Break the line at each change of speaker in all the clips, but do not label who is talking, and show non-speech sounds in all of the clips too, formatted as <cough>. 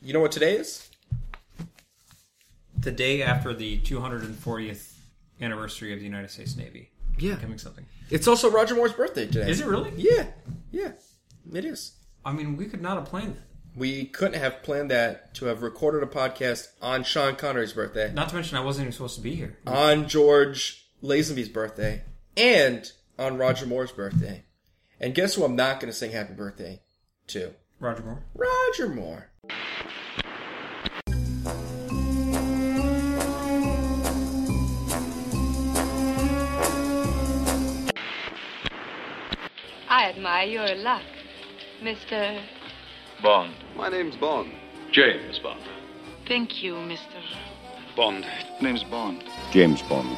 You know what today is?
The day after the 240th anniversary of the United States Navy
Yeah.
becoming something.
It's also Roger Moore's birthday today.
Is it really?
Yeah. Yeah. It is.
I mean, we could not have planned that.
We couldn't have planned that to have recorded a podcast on Sean Connery's birthday,
Not to mention, I wasn't even supposed to be here.
on George Lazenby's birthday, and on Roger Moore's birthday. And guess who I'm not going to sing happy birthday to?
Roger Moore.
Roger Moore.
I admire your luck, Mr.
Bond.
My name's Bond.
James Bond.
Thank you, Mr.
Bond. Name's Bond.
James Bond.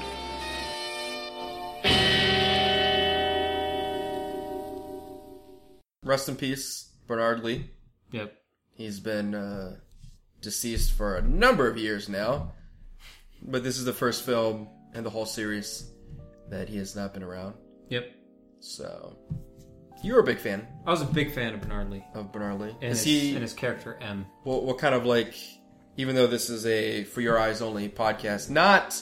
Rest in peace, Bernard Lee.
Yep.
He's been uh, deceased for a number of years now, but this is the first film in the whole series that he has not been around.
Yep.
So, you were a big fan
I was a big fan of Bernard Lee
of Bernard Lee.
and,
is
his,
he?
and his character M.
what, what kind of like? Even though this is a for your eyes only podcast, not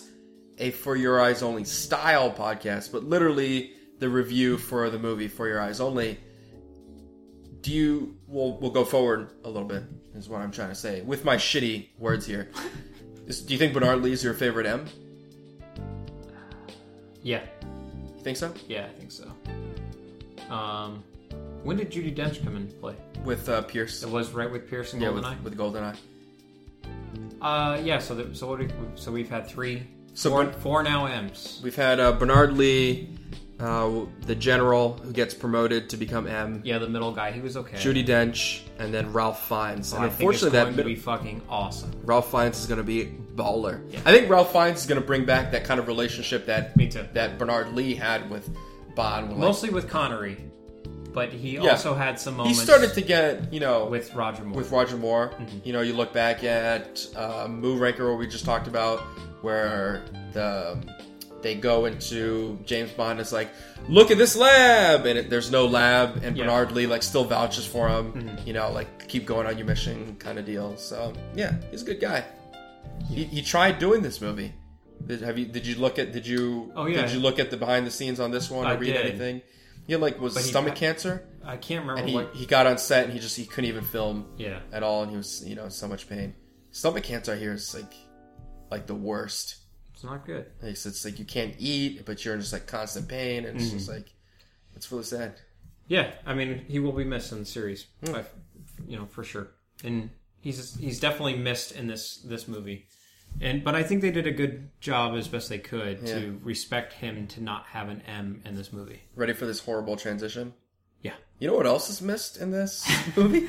a for your eyes only style podcast, but literally the review for the movie for your eyes only. Do you? We'll we'll go forward a little bit. Is what I'm trying to say with my shitty words here. Is- Do you think Bernard Lee's your favorite M?
Yeah.
You think so?
Yeah, I think so. Um, when did Judy Dench come into play?
With uh, Pierce,
It was right with Pierce and
yeah, with,
Goldeneye.
with Goldeneye.
Uh, yeah. So, the, so what? Do we, so we've had three.
So
four,
Bern-
four now M's.
We've had uh, Bernard Lee, uh, the general who gets promoted to become M.
Yeah, the middle guy. He was okay.
Judy Dench, and then Ralph Fiennes.
And
and
I think it's
unfortunately,
going
that
to
middle,
be fucking awesome.
Ralph Fiennes is going to be baller. I think Ralph Fiennes is going to bring back that kind of relationship that
Me too.
that Bernard Lee had with Bond. When, like,
Mostly with Connery, but he also had some
he
moments.
started to get you know with
with Roger Moore. Mm-hmm.
with Roger Moore. You know, you look back at uh, Moo Ranker, where we just talked about, where the they go into James Bond is like, look at this lab, and it, there's no lab, and
Yeah. Mm-hmm.
Bernard Lee like still vouches for him. You know, like keep going on your mission kind of deal. So yeah, he's a good guy. He, he tried doing this movie. Did, have you? Did you look at? Did you?
Oh, yeah.
Did you look at the behind the scenes on this one or
I
read
did.
anything? He had, like was
But he-
stomach cancer
I can't remember
and he,
what.
he got on set and he just he couldn't even film
Yeah.
at all and he was you know in so much pain stomach cancer here is like like the worst
It's not good.
like it's, it's like you can't eat but you're in just like constant pain and it's
Mm-hmm.
just like it's really sad
Yeah, I mean, he will be missed in the series,
Hmm.
I- you know, for sure. And he's he's definitely missed in this this movie. And but I think they did a good job as best they could to respect him to not have an M in this movie.
ready for this horrible transition
Yeah.
you know what else is missed in this movie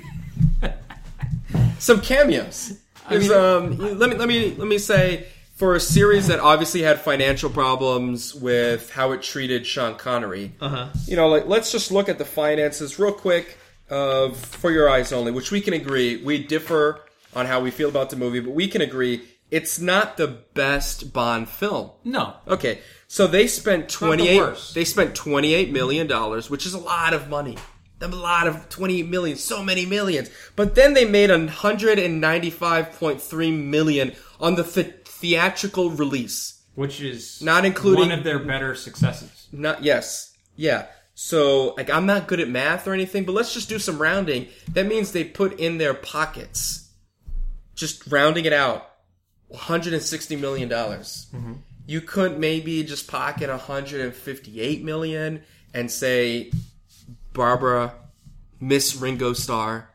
some cameos There's, um, let me let me let me say for a series that obviously had financial problems with how it treated Sean Connery,
Uh huh.
you know, like let's just look at the finances real quick of For Your Eyes Only, which we can agree we differ on how we feel about the movie, but we can agree it's not the best Bond film.
No.
Okay, so they spent twenty eight.
worst.
they spent twenty eight million dollars, which is a lot of money. A lot of twenty eight million, so many millions. But then they made a hundred and ninety five point three million on the th- theatrical release.
Which is
Not including-
one of their better successes.
Not yes. Yeah. So like I'm not good at math or anything, but let's just do some rounding. That means they put in their pockets. Just rounding it out. 160 million dollars. You could maybe just pocket 158 million and say Barbara Miss Ringo Starr,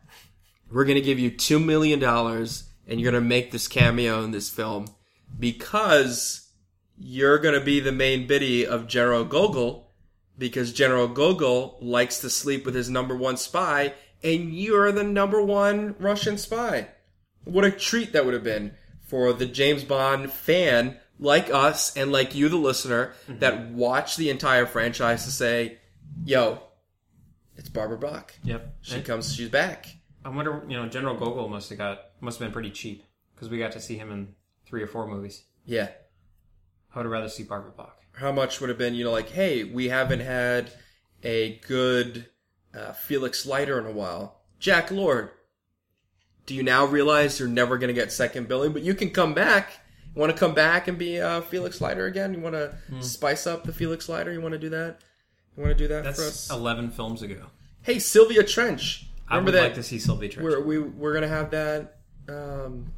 we're going to give you 2 million dollars and you're going to make this cameo in this film because you're going to be the main biddy of General Gogol because General Gogol likes to sleep with his number one spy, and you're the number one Russian spy. What a treat that would have been for the James Bond fan like us and like you, the listener, that watched the entire franchise to say, yo, it's Barbara Bach.
Yep.
She comes, she's back.
I wonder, you know, General Gogol must have got must have been pretty cheap because we got to see him in three or four movies.
Yeah.
I would have rather see Barbara Bach.
how much would have been, you know, like, hey, we haven't had a good uh, Felix Leiter in a while. Jack Lord, do you now realize you're never going to get second billing? But you can come back. You want to come back and be uh, Felix Leiter again? You want to
Hmm.
spice up the Felix Leiter? You want to do that? You want to do that for us?
That's eleven films ago.
hey, Sylvia Trench.
I
Remember
would
that
like to see Sylvie Trench.
we're, we we're gonna have that um,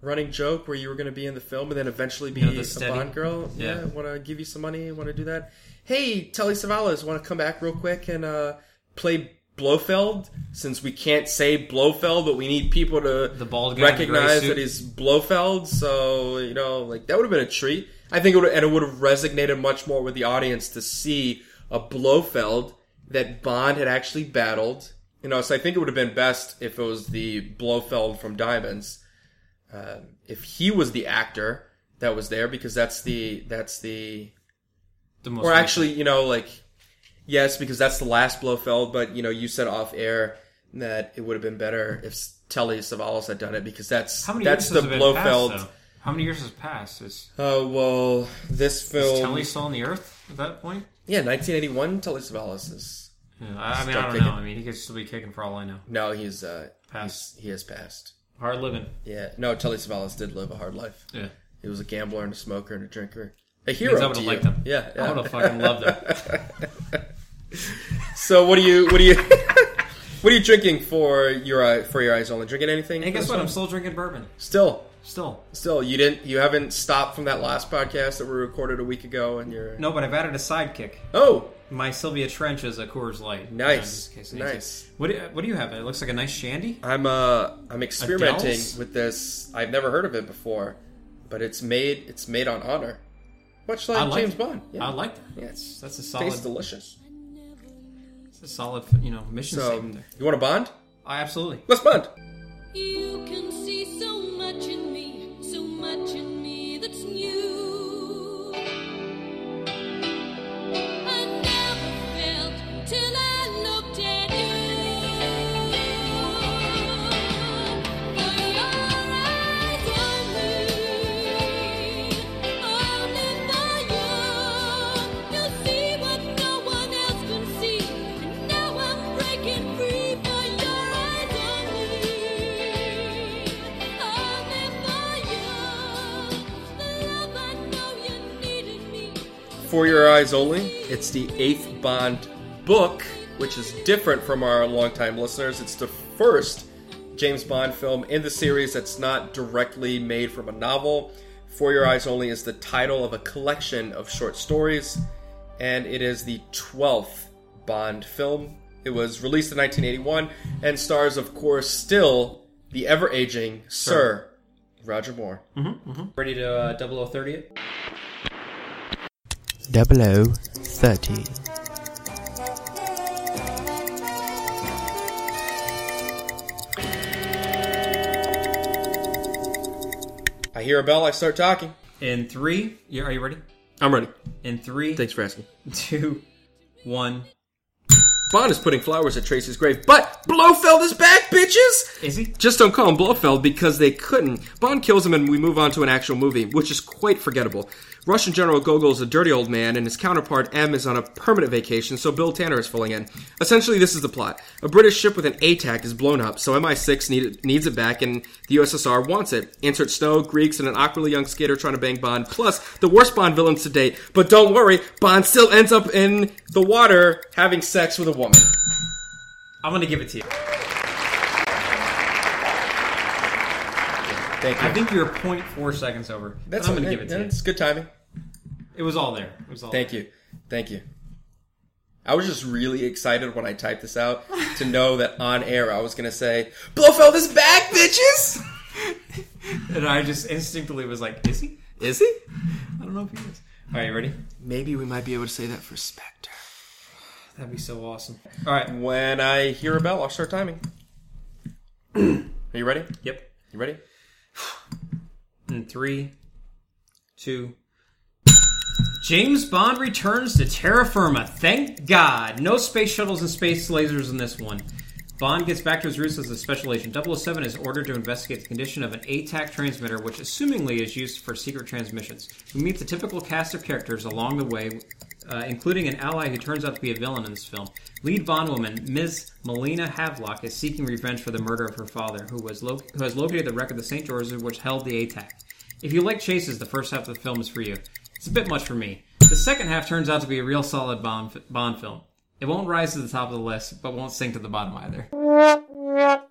running joke where you were gonna be in the film and then eventually be
know, the
a
steady-
Bond girl. Yeah,
Yeah.
want to give you some money? Want to do that? Hey, Telly Savalas, want to come back real quick and uh, play Blofeld? Since we can't say Blofeld, but we need people to
The bald guy in the gray
recognize
suit.
that he's Blofeld. So you know, like that would have been a treat. I think it would and it would have resonated much more with the audience to see a Blofeld that Bond had actually battled. You know, so I think it would have been best if it was the Blofeld from Diamonds, um, if he was the actor that was there because that's the that's the
the most
or actually, you know, like yes, because that's the last Blofeld. But you know, you said off air that it would have been better if Telly Savalas had done it because that's
how many
that's
years
the
has it been
Blofeld.
Passed, though? How many years has passed? Is,
Uh, well, this film,
is Telly still on the Earth at that point?
yeah, 1981. Telly Savalas is
Yeah, I, I mean, I
Still
don't
kicking.
know. I mean, he could still be kicking for all I know.
no, he's uh,
Passed.
he's- he has passed.
Hard living.
Yeah, no, Telly Savalas did live a hard life.
Yeah.
He was a gambler and a smoker and a drinker. A
I would
hero
have
to you.
liked them.
Yeah,
I
yeah.
would have fucking loved them.
<laughs> So what do you what do you <laughs> what are you drinking for your uh, for your eyes only? Drinking anything?
And
for
guess
this
what?
one?
I'm still drinking bourbon.
still
Still.
still you didn't you haven't stopped from that last podcast that we recorded a week ago and you're
No, but I've added a sidekick.
oh
My Sylvia Trench is a Coors Light.
Nice.
You know, just in case I need
Nice.
to- What do, what do you have? It looks like a nice shandy.
I'm uh I'm experimenting
Adele's?
with this. I've never heard of it before, but it's made it's made on honor, much like
I like
James
it.
Bond. Yeah.
I like that.
Yeah, it's,
That's a
tastes
solid,
delicious.
it's a solid, you know, mission
So
statement. There.
you want to bond?
I absolutely.
Let's bond.
You can see so much in me, so much in me that's new. I never felt till I looked at you. For your eyes on me, only for you. You see what no one else can see. And now I'm breaking free for your eyes on me, only for you. The love I know you needed me.
For Your Eyes Only. It's the eighth Bond book, which is different from our longtime listeners. It's the first James Bond film in the series that's not directly made from a novel. For Your Eyes Only is the title of a collection of short stories, and it is the 12th Bond film. It was released in 1981 and stars, of course, still the ever aging Sir Roger Moore.
Ready to uh, 0030 it?
0013.
I hear a bell, I start talking.
In three, yeah, are you ready?
I'm ready.
In three,
Thanks for asking.
two, one.
Bond is putting flowers at Tracy's grave, but Blofeld is back, bitches!
Is he?
Just don't call him Blofeld because they couldn't. Bond kills him and we move on to an actual movie, which is quite forgettable. Russian General Gogol is a dirty old man and his counterpart M is on a permanent vacation, so Bill Tanner is filling in. Essentially, this is the plot. A British ship with an ATAC is blown up, so MI6 need, needs it back and the USSR wants it. Insert Snow, Greeks, and an awkwardly young skater trying to bang Bond, plus the worst Bond villains to date. But don't worry, Bond still ends up in the water having sex with a woman.
I'm gonna give it to you.
Thank you.
I think you're 0.4 seconds over.
That's
I'm gonna give it to you.
It's good timing.
It was all there. It was all
Thank you. Thank you. I was just really excited when I typed this out to know that on air I was going to say, Blofeld is back, bitches!
there. And I just instinctively was like, is he?
Is he?
I don't know if he is. All right, you ready?
Maybe we might be able to say that for Spectre.
That'd be so awesome. All right.
When I hear a bell, I'll start timing. <clears throat> Are you ready?
Yep.
You ready?
In three, two. James Bond returns to terra firma. Thank God. No space shuttles and space lasers in this one. Bond gets back to his roots as a special agent. 007 is ordered to investigate the condition of an ATAC transmitter, which assumingly is used for secret transmissions. We meet the typical cast of characters along the way uh, including an ally who turns out to be a villain in this film. Lead bondwoman Ms. Melina Havelock is seeking revenge for the murder of her father, who was lo- who has located the wreck of the St. George's, which held the ATAC. If you like chases, the first half of the film is for you. It's a bit much for me. The second half turns out to be a real solid Bond, f- Bond film. It won't rise to the top of the list, but won't sink to the bottom either.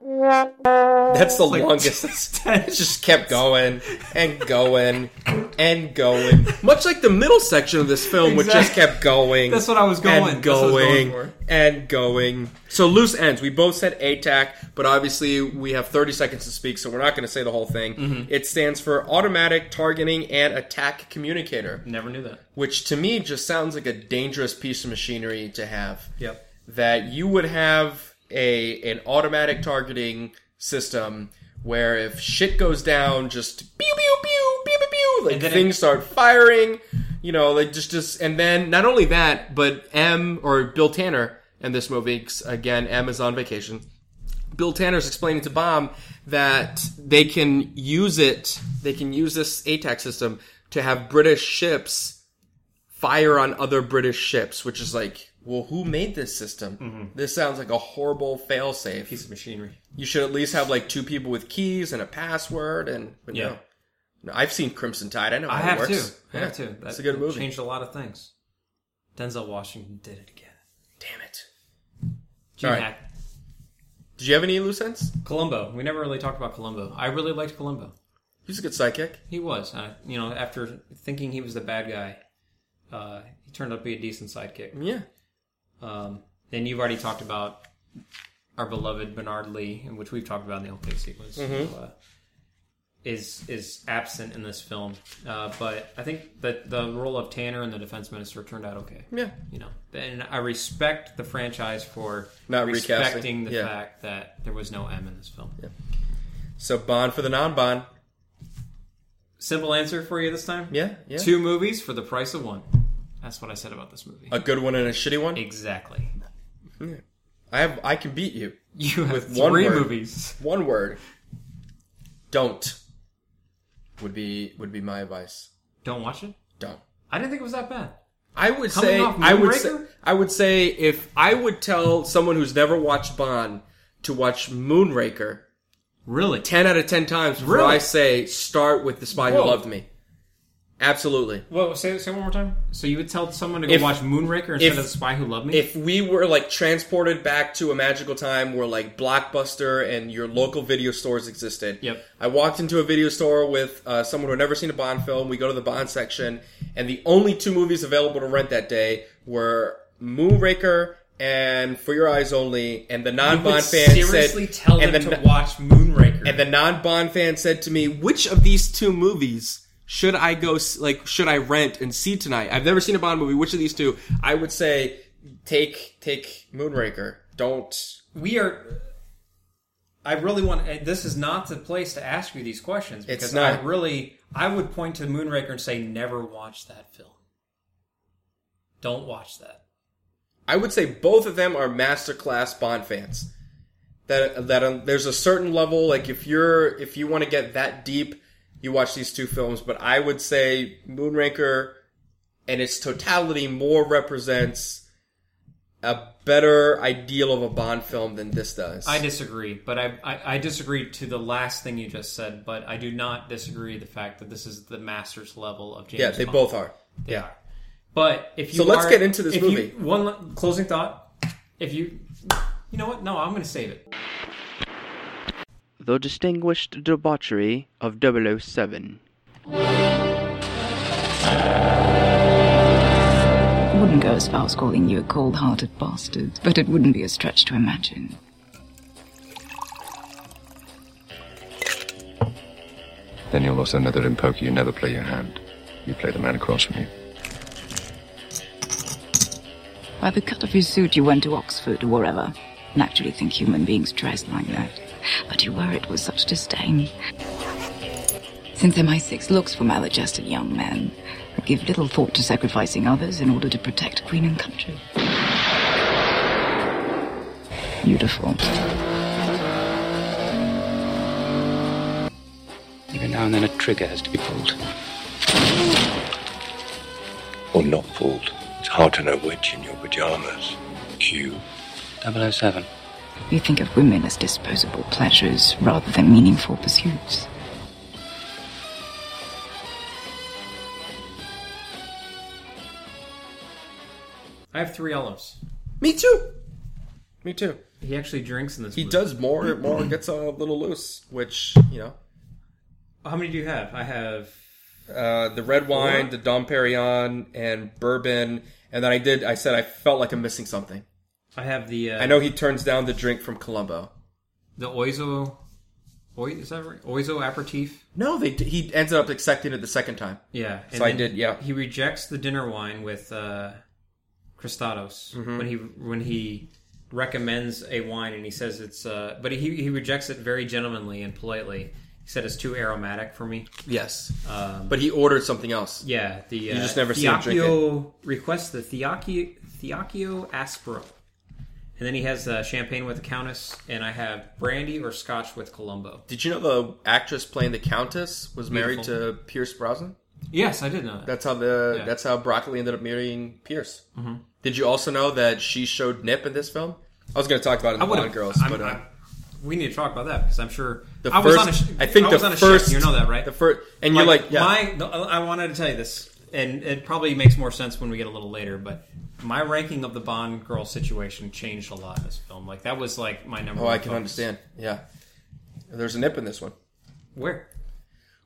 That's the longest.
<laughs>
it just kept going and going and going. Much like the middle section of this film, which just
Exactly.
kept going.
That's what I was going-
And
that's what I was
going,
going for.
and going. So loose ends. We both said ATAC, but obviously we have 30 seconds to speak, so we're not going to say the whole thing.
Mm-hmm.
It stands for Automatic Targeting and Attack Communicator,
Never knew that.
which to me just sounds like a dangerous piece of machinery to have
Yep.
that you would have a an automatic targeting system where if shit goes down, just pew pew pew pew pew pew, like
And then it-
things start firing. You know, like just just and then not only that, but M or Bill Tanner in this movie 'cause again, M is on vacation. Bill Tanner's explaining to Bomb that they can use it, they can use this ATAC system to have British ships fire on other British ships, which is like, well, who made this system?
Mm-hmm.
This sounds like a horrible failsafe.
Piece of machinery.
You should at least have like two people with keys and a password, and but
Yeah.
no. No, I've seen Crimson Tide. I know how
I
it
have
works.
to. I have to. That,
That's a good
that
movie.
Changed a lot of things. Denzel Washington did it again.
Damn it!
Gene
All right.
Hack-
Did you have any loose ends?
Columbo. We never really talked about Columbo. I really liked Columbo.
He's a good sidekick.
He was. Uh, you know, after thinking he was the bad guy, uh, he turned out to be a decent sidekick.
Yeah,
Um, and you've already talked about our beloved Bernard Lee, and which we've talked about in the opening sequence. who,
Mm-hmm.
uh, is is absent in this film, uh, but I think that the role of Tanner and the defense minister turned out okay.
yeah.
you know, and I respect the franchise for
Not recasting.
respecting the
Yeah.
fact that there was no M in this film.
So Bond for the non-Bond.
Simple answer for you this time.
Yeah, yeah.
Two movies for the price of one. That's what I said about this movie.
A good one and a shitty one.
Exactly. <laughs>
I have. I can beat you.
You have
With one
three
word.
movies.
One word. Don't. Would be would be my advice.
Don't watch it.
Don't.
I didn't think it was that bad.
I would
Coming
say
off
I would say,
Moonraker?
I would say if I would tell someone who's never watched Bond to watch Moonraker
Really?
ten out of ten times before
Really?
I say start with The Spy
Whoa.
Who Loved Me. Absolutely.
Well, say say one more time. So you would tell someone to go
If-
watch Moonraker instead
if-
of The Spy Who Loved Me?
If we were like transported back to a magical time where like Blockbuster and your local video stores existed,
Yep.
I walked into a video store with uh, someone who had never seen a Bond film. We go to the Bond section, and the only two movies available to rent that day were Moonraker and For Your Eyes Only. And the
You
non
would
Bond fan
seriously
said,
tell
and
them
the
to
n-
watch Moonraker.
and the non Bond fan said to me, "Which of these two movies should I go s- like should I rent and see tonight? I've never seen a Bond movie. Which of these two? I would say take take Moonraker. Don't
we are i really want and this is not the place to ask you these questions because
not.
i really i would point to moonraker and say never watch that film don't watch that
I would say both of them are masterclass Bond fans. That that um, there's a certain level like if you're if you want to get that deep, you watch these two films. But I would say Moonraker, and its totality, more represents a better ideal of a Bond film than this does.
i disagree but I, I i disagree to the last thing you just said but i do not disagree the fact that this is the master's level of james
Yeah, they
Bond.
both are.
They are. But if you
So let's
are-
get into this
if you-
movie.
one la- closing thought. If you, you know what? No, I'm going to save it.
The distinguished debauchery of 007.
wouldn't go as far as calling you a cold hearted bastard, but it wouldn't be a stretch to imagine.
Then you'll also know that in poker you never play your hand. You play the man across from you.
By the cut of your suit, you went to Oxford or wherever. Naturally, think human beings dressed like that. But you wear it with such disdain. Since MI6 looks for maladjusted young men, that give little thought to sacrificing others in order to protect Queen and country. Beautiful.
Every now and then a trigger has to be pulled.
Or not pulled.
hard to know which in your pajamas. Q.
007.
You think of women as disposable pleasures rather than meaningful pursuits.
I have three olives.
Me too. Me too.
He actually drinks in this.
He
movie.
does more. More gets a little loose, which you know.
How many do you have? I have.
Uh, the red wine, the Dom Perignon, and bourbon, and then I did. I said I felt like I'm missing something.
I have the. Uh,
I know he turns down the drink from Colombo.
the Oizo. Oi, is that right? Oizo aperitif.
No, they he ended up accepting it the second time.
Yeah.
So I
then
did, yeah.
He rejects the dinner wine with uh, Cristados
Mm-hmm.
when he when he recommends a wine and he says it's. Uh, but he he rejects it very gentlemanly and politely. He said it's too aromatic for me.
Yes,
Um,
but he ordered something else.
Yeah, the you
just never see him drink
Theochio requests the Theochio, Theochio Aspero, and then he has uh, champagne with the Countess, and I have brandy or Scotch with Colombo.
Did you know the actress playing the Countess was married
Beautiful.
to Pierce Brosnan?
Yes, I did know that.
That's how the
Yeah.
that's how Broccoli ended up marrying Pierce. Mm-hmm. Did you also know that she showed nip in this film? I was going to talk about it in
I
the
would
Bond
have
Girls, but uh,
we need to talk about that because I'm sure
the
I
first
was on a sh-
I think
I
the
was on a
first
shift, you know that right?
The first, and you're like, yeah,
my the- I wanted to tell you this, and it probably makes more sense when we get a little later, but. My ranking of the Bond girl situation changed a lot in this film. Like that was like my number.
oh,
one.
I can
focus.
understand. Yeah, there's a nip in this one
Where?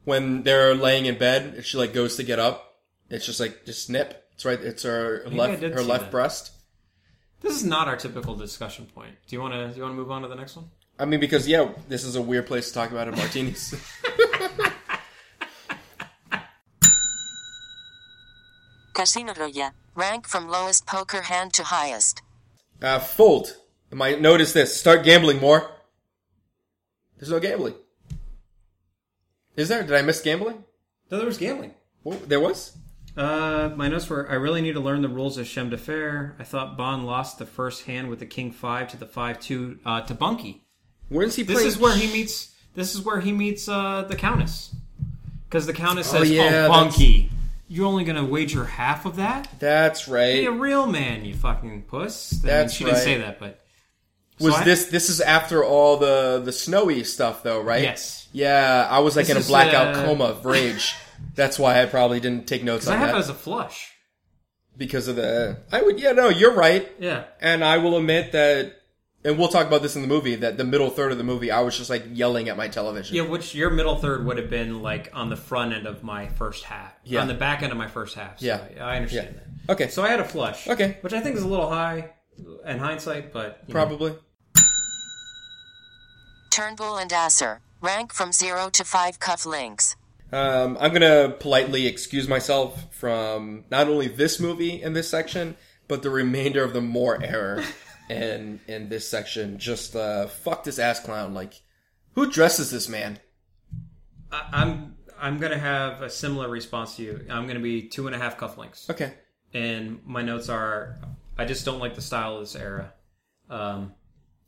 when they're laying in bed. and She like goes to get up. It's just like just nip. It's right. It's her
I
left
did
her
see
left
that.
breast.
This is not our typical discussion point. Do you want to? Do you want to move on to the next one?
I mean, because yeah, this is a weird place to talk about in martinis. <laughs>
Casino Royale. Rank from lowest poker hand to highest.
Uh, fold. My notice this. Start gambling more. There's no gambling. Is there? Did I miss gambling?
No, there was gambling.
Wha- There was.
Uh, my notes were: I really need to learn the rules of Shem de Fer. I thought Bond lost the first hand with the King Five to the Five Two uh, to Bunky.
Where is he?
This
playing?
is where he meets. This is where he meets uh, the Countess, because the Countess
Oh,
says, "Oh,
yeah, that's-
Bunky, you're only going to wager half of that?
That's
Be a
right.
real man, you fucking puss." I mean,
That's
she didn't
right.
say that, but So
Was
I-
this? This is after all the the snowy stuff, though, right?
Yes.
Yeah, I was like
This
in a
is,
blackout
uh,
coma of
<laughs>
rage. That's why I probably didn't take notes
<laughs> 'cause I
on
have it
that
as a flush.
because of the. I would. Yeah, no, you're right.
Yeah.
And I will admit that, and we'll talk about this in the movie. That the middle third of the movie, I was just like yelling at my television.
Yeah, which your middle third would have been like on the front end of my first half.
Yeah.
On the back end of my first half. So
Yeah.
I understand
Yeah.
that.
Okay.
So I had a flush.
Okay.
Which I think is a little high in hindsight, but. you know.
Probably.
Turnbull and Asser. Rank from 0 to 5 cuff links.
Um, I'm gonna politely excuse myself from not only this movie in this section, but the remainder of the more
<laughs>
error in in this section. Just uh, fuck this ass clown. Like, who dresses this man?
I, I'm. I'm gonna have a similar response to you. I'm gonna be two and a half cufflinks,
Okay,
and my notes are: I just don't like the style of this era. Um,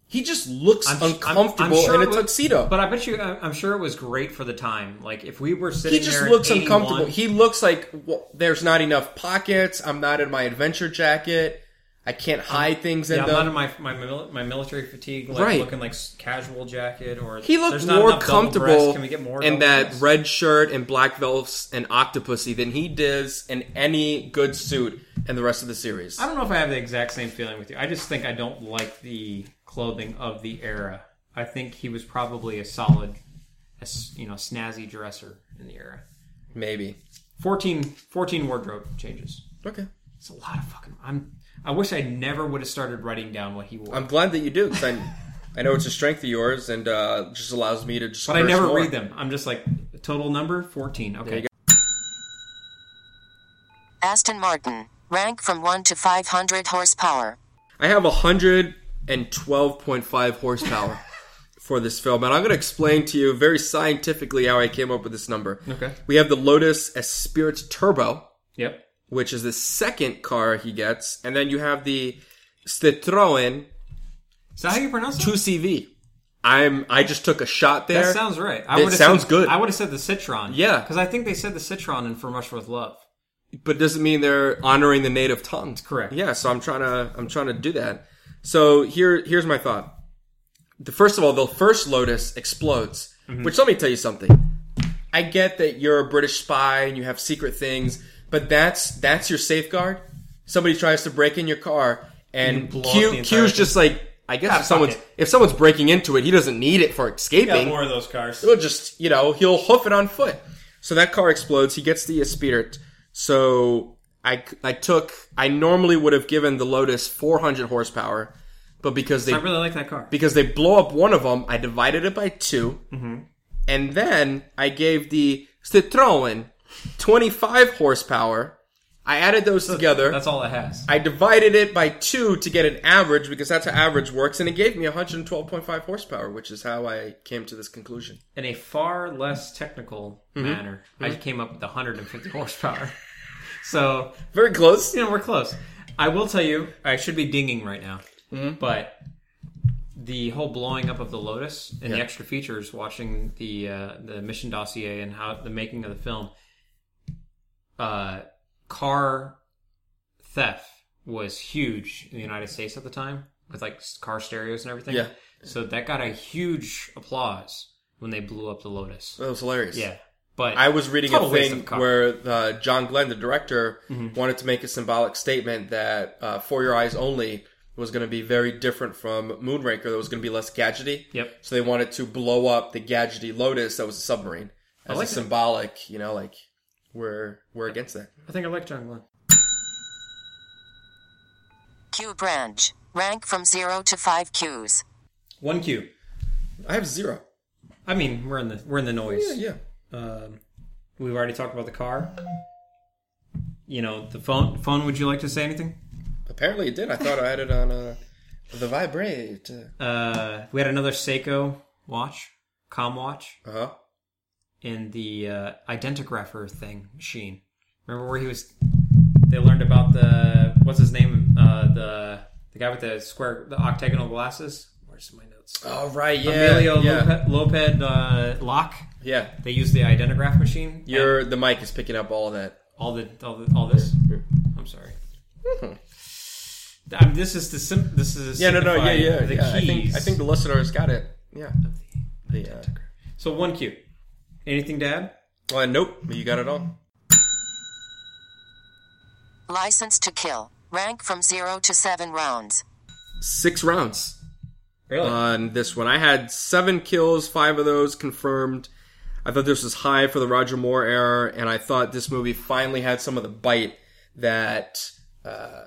he just looks
I'm- I'm- I'm
uncomfortable
sure
in
it
a
was-
tuxedo.
but I bet you, I- I'm sure it was great for the time. Like if we were sitting,
he just
there in
looks uncomfortable.
81
He looks like well, there's not enough pockets. I'm not in my adventure jacket. I can't hide things in
Yeah, I'm
them.
not in my my, mil- my military fatigue, like
Right.
looking like s- casual jacket or
He looked
there's not
more
enough double
comfortable
breast. Can we get more
in
double
that
breast?
red shirt and black velvet and octopusy than he does in any good suit in the rest of the series.
I don't know if I have the exact same feeling with you. I just think I don't like the clothing of the era. I think he was probably a solid, a s- you know, snazzy dresser in the era.
Maybe.
14, 14 wardrobe changes.
Okay.
It's a lot of fucking. I'm. I wish I never would have started writing down what he wore.
I'm glad that you do because I, I know it's a strength of yours and uh, just allows me to just.
but I
curse
never
more.
read them. I'm just like total number fourteen. Okay,
Aston Martin. Rank from 1 to 500 horsepower.
I have 112.5 horsepower <laughs> for this film, and I'm going to explain to you very scientifically how I came up with this number.
Okay.
We have the Lotus Esprit Turbo.
yep.
which is the second car he gets, and then you have the Citroen
Is that how you pronounce it?
2CV. I'm I just took a shot there.
That sounds right. I
It
would've
sounds
said-
good.
I would have said the Citron.
Yeah.
because I think they said the Citron in From Rush with Love.
but it doesn't mean they're honoring the native tongue.
correct.
Yeah, so I'm trying to I'm trying to do that. So here here's my thought. The first of all, the first Lotus explodes.
Mm-hmm.
Which let me tell you something. I get that you're a British spy and you have secret things, but that's that's your safeguard. Somebody tries to break in your car and
blow up the
Q
entire
Q's
thing.
just like I guess
Ah,
if someone's
fuck it.
if someone's breaking into it, he doesn't need it for
Got
escaping.
more of those cars.
He'll just, you know, he'll hoof it on foot. So that car explodes. He gets the uh, spirit. So I, I took, I normally would have given the Lotus 400 horsepower, but because they,
I really like that car.
because they blow up one of them, I divided it by 2
Mm-hmm.
And then I gave the Citroen 25 horsepower. I added those together.
That's all it has.
I divided it by two to get an average because that's how average works, and it gave me 112.5 horsepower, which is how I came to this conclusion.
In a far less technical
Mm-hmm.
manner, I came up with 150 horsepower. <laughs> so
Very close.
<laughs> you know we're close. I will tell you, I should be dinging right now,
Mm-hmm.
but the whole blowing up of the Lotus and the
Yeah.
extra features, watching the uh, the mission dossier and how the making of the film, uh, car theft was huge in the United States at the time with like s- car stereos and everything.
Yeah.
So that got a huge applause when they blew up the Lotus.
That was hilarious.
Yeah. But
I was reading
Total
a
waste
thing
of Mm-hmm. car.
where uh, John Glenn, the director, wanted to make a symbolic statement that uh, For Your Eyes Only was going to be very different from Moonraker. That was going to be less gadgety.
Yep.
So they wanted to blow up the gadgety Lotus that was a submarine as
like
a
that.
symbolic, you know, like we're we're against that.
I think I like John Glenn.
Q branch. Rank from 0 to 5 Qs.
One Q.
I have zero.
I mean, we're in the we're in the noise.
Yeah, yeah.
Um, we've already talked about the car. You know, the phone. Phone. Would you like to say anything?
Apparently it did. I thought I had it on uh, the vibrate.
Uh, we had another Seiko watch, com watch,
Uh huh.
and the uh, identigrapher thing machine. Remember where he was? They learned about the what's his name? Uh, the the guy with the square, the octagonal glasses. Where's my notes?
Oh right, yeah,
Emilio
yeah,
Lope- Lopez uh, Locke.
yeah.
They used the identigraph machine.
Your the mic is picking up all that.
all the all, the, all this. I'm sorry. I mean, this is the sim- this is
Hmm. Yeah, no, no, yeah,
simplified-
yeah.
The
yeah. I
keys.
think I think the listeners got it. Yeah. The, uh,
so one cue. Anything to add?
well, Uh, nope, you got it all.
License to kill. Rank from 0 to 7 rounds.
Six rounds
Really?
on this one. I had seven kills, five of those confirmed. I thought this was high for the Roger Moore era, and I thought this movie finally had some of the bite that uh,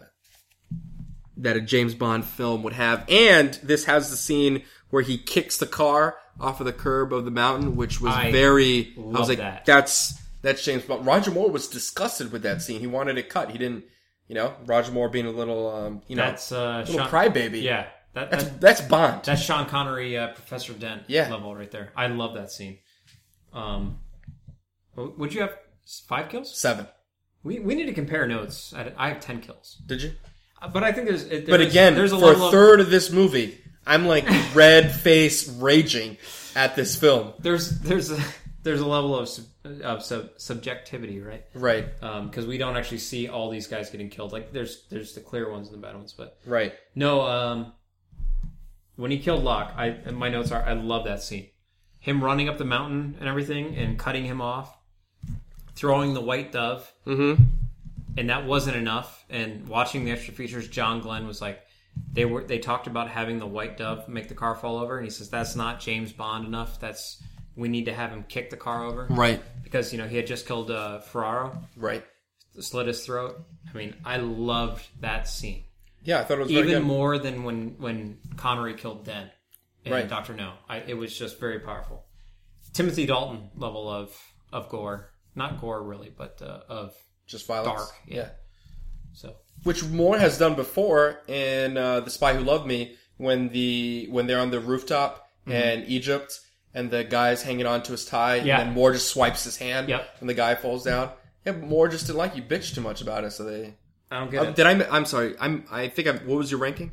that a James Bond film would have. And this has the scene where he kicks the car off of the curb of the mountain, which was
I
very. I
love
was like,
that.
that's that's James Bond. Roger Moore was disgusted with that scene. He wanted it cut. He didn't, you know, Roger Moore being a little, um, you know,
that's uh,
little
Sean,
crybaby.
Yeah, that,
that's
that
that's Bond.
that's Sean Connery, uh, Professor Dent
Yeah.
level right there. I love that scene. Um, w- would you have five kills?
Seven.
We, we need to compare notes. I, I have ten kills,
Did you?
Uh, but I think there's it-
But
there's-
again,
there's a
for
level
a
of-
third of this movie, I'm
<laughs>
like red face raging at this film.
there's there's a, <laughs> there's a level of sub, of sub, subjectivity, right?
Right,
because Um, we don't actually see all these guys getting killed. Like there's there's the clear ones and the bad ones, but
right.
no. Um, when he killed Locke, I and my notes are I love that scene, him running up the mountain and everything, and cutting him off, throwing the white dove,
Mm-hmm.
and that wasn't enough. And watching the extra features, John Glenn was like, they were they talked about having the white dove make the car fall over, and he says that's not James Bond enough. That's we need to have him kick the car over
Right,
because you know he had just killed uh, Ferraro
right.
slit his throat. I mean, I loved that scene
Yeah, I thought it was very
even
good.
more than when when Connery killed Den and
Right.
Doctor No. I, it was just very powerful. Timothy Dalton level of of gore, not gore really, but uh, of
Just violence.
dark. Yeah. So
Which Moore has done before in uh, The Spy Who Loved Me when the when they're on the rooftop
Mm-hmm.
in Egypt and the guy's hanging on to his tie
Yeah.
and then Moore just swipes his hand
Yep.
and the guy falls down. Yeah, but Moore just didn't like you bitched too much about it, so they.
I don't get
Uh,
it.
did I? I'm sorry. I'm. I think I'm. What was your ranking?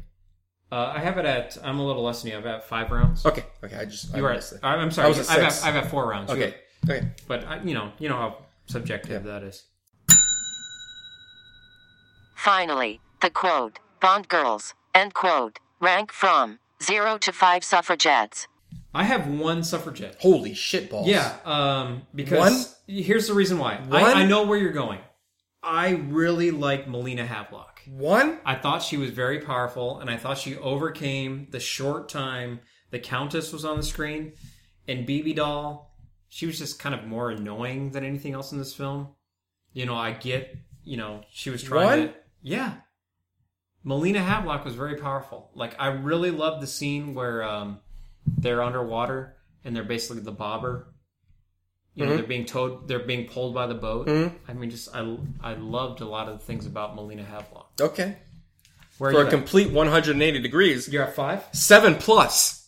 Uh, I have it at. I'm a little less than you. I've at five rounds.
Okay. Okay. I just. I
you are.
missed
At,
it.
I'm I'm
Oh, I
sorry.
was at
I've
six.
at, I've at four rounds. uh,
Okay. Okay.
but I, you know you know how subjective that is.
Finally, the quote, Bond girls, end quote, rank from 0 to 5 suffragettes.
I have one suffragette.
Holy shit balls.
Yeah, um, because here's the reason why.
One?
I, I know where you're going. I really like Melina Havelock.
One?
I thought she was very powerful, and I thought she overcame the short time the Countess was on the screen. And BB Doll, she was just kind of more annoying than anything else in this film. You know, I get, you know, she was trying
One?
to. Yeah. Melina Havelock was very powerful. Like, I really loved the scene where um, they're underwater and they're basically the bobber. You know, they're being towed, they're being pulled by the boat. I mean, just, I, I loved a lot of the things about Melina Havelock.
Okay.
Where
For
are
a
you at?
complete 180 degrees.
You're at five?
Seven plus.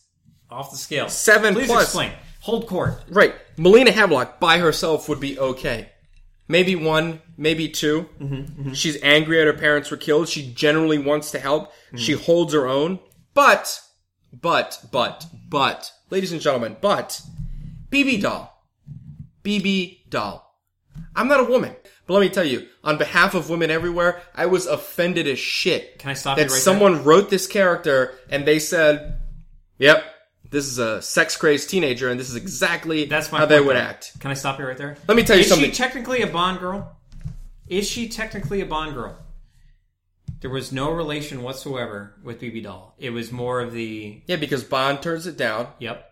Off the scale.
Seven
Please
plus.
explain. Hold court.
Right. Melina Havelock by herself would be okay. Maybe one, maybe 2 Mm-hmm. She's angry at her parents were killed. She generally wants to help.
Mm-hmm.
She holds her own. But, but, but, but, ladies and gentlemen, but, BB doll. BB doll. I'm not a woman. But let me tell you, on behalf of women everywhere, I was offended as shit.
Can I stop you
that
right
someone wrote this character and they said, "Yep, this is a sex-crazed teenager, and this is exactly
That's my
how they
point,
would
though.
act."
Can I stop you right there?
Let me tell you
Is
something.
she technically a Bond girl? Is she technically a Bond girl? There was no relation whatsoever with BB Doll. It was more of the
Yeah, because Bond turns it down,
yep.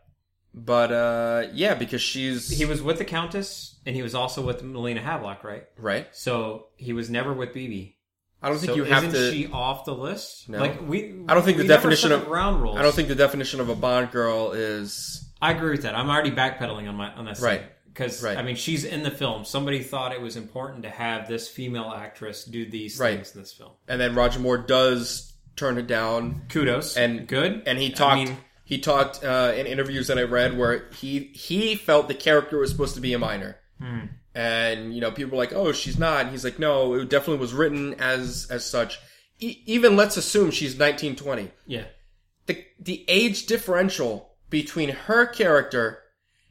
but uh, yeah, because she's
He was with the Countess, and he was also with Melina Havelock, right?
right.
So he was never with BB.
I don't think
So
you have
isn't
to.
she off the list?
No.
Like we,
I don't think
we
the
never
definition
set
of
up ground rules.
I don't think the definition of a Bond girl is
I agree with that. I'm already backpedaling on my on that
Right.
because
Right.
I mean she's in the film. Somebody thought it was important to have this female actress do these
Right.
things in this film.
and then Roger Moore does turn it down.
Kudos
and
good.
and he
I
talked
mean,
he talked uh, in interviews that I read where he he felt the character was supposed to be a minor and you know people were like oh she's not and he's like no it definitely was written as as such e- even let's assume she's 1920
yeah,
the the age differential between her character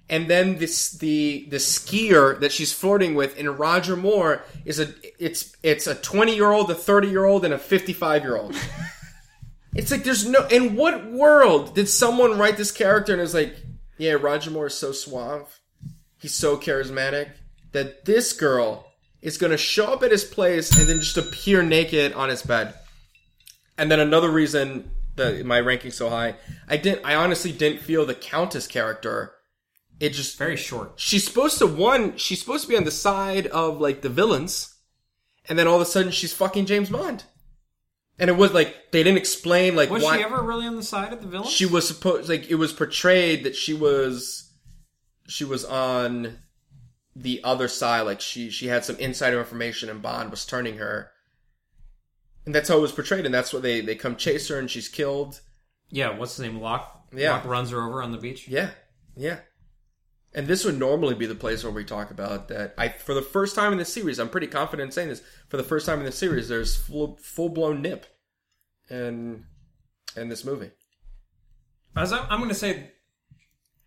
and then this the the skier that she's flirting with in Roger Moore is a it's it's a 20 year old, a 30 year old and a 55 year old. it's like there's no in what world did someone write this character and is like, yeah, Roger Moore is so suave. He's so charismatic that this girl is going to show up at his place and then just appear naked on his bed. And then another reason that my ranking so high, I didn't. I honestly didn't feel the Countess character. It just
very short.
she's supposed to one. She's supposed to be on the side of like the villains, and then all of a sudden she's fucking James Bond. And it was like they didn't explain like
Was
why
she ever really on the side of the villain?
she was supposed like it was portrayed that she was she was on the other side like she she had some insider information and bond was turning her and that's how it was portrayed and that's what they they come chase her and she's killed
Yeah, what's his name? Locke.
Yeah.
Locke runs her over on the beach.
yeah yeah and this would normally be the place where we talk about that i for the first time in the series i'm pretty confident in saying this for the first time in the series there's full full blown nip and in this movie
As I'm, I'm going to say,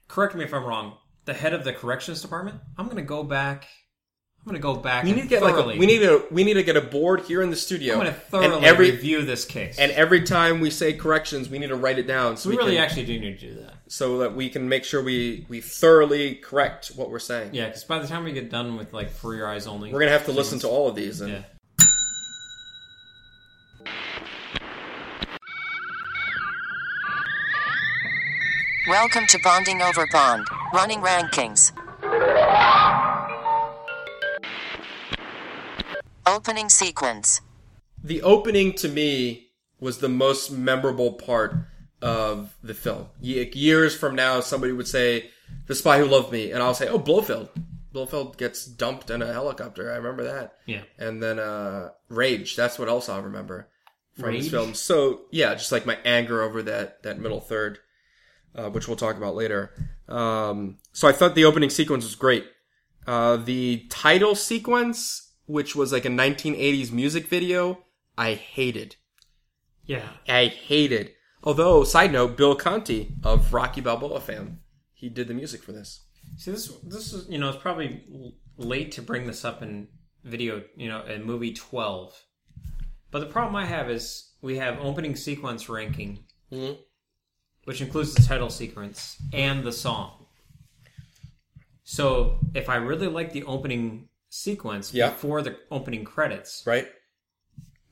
correct me if I'm wrong. The head of the corrections department. I'm going to go back. I'm going to go back.
We
and
need to get
thoroughly,
like a, we need to we need to get a board here in the studio.
I'm going to thoroughly
and every
review this case.
and every time we say corrections, we need to write it down so
we
we,
really
can,
actually do need to do that.
so that we can make sure we we thoroughly correct what we're saying.
Yeah, because by the time we get done with like for your eyes only,
We're gonna have to listen to all of these. And
Yeah.
Welcome to Bonding Over Bond, running rankings. Opening sequence.
the opening to me was the most memorable part of the film. Ye- Years from now, somebody would say, "The Spy Who Loved Me," and I'll say, "Oh, Blofeld." Blofeld gets dumped in a helicopter. I remember that.
Yeah.
and then uh rage that's what else i'll remember from this
Rage?
film so yeah just like my anger over that that middle third uh, which we'll talk about later um so i thought the opening sequence was great uh the title sequence which was like a 1980s music video i hated
Yeah.
i hated although side note bill conti of rocky balboa fame he did the music for this
See, this this is you know it's probably l- late to bring this up in video you know in movie twelve But the problem I have is we have opening sequence ranking,
Mhm.
which includes the title sequence and the song. So if I really like the opening sequence
Yeah.
before the opening credits,
right?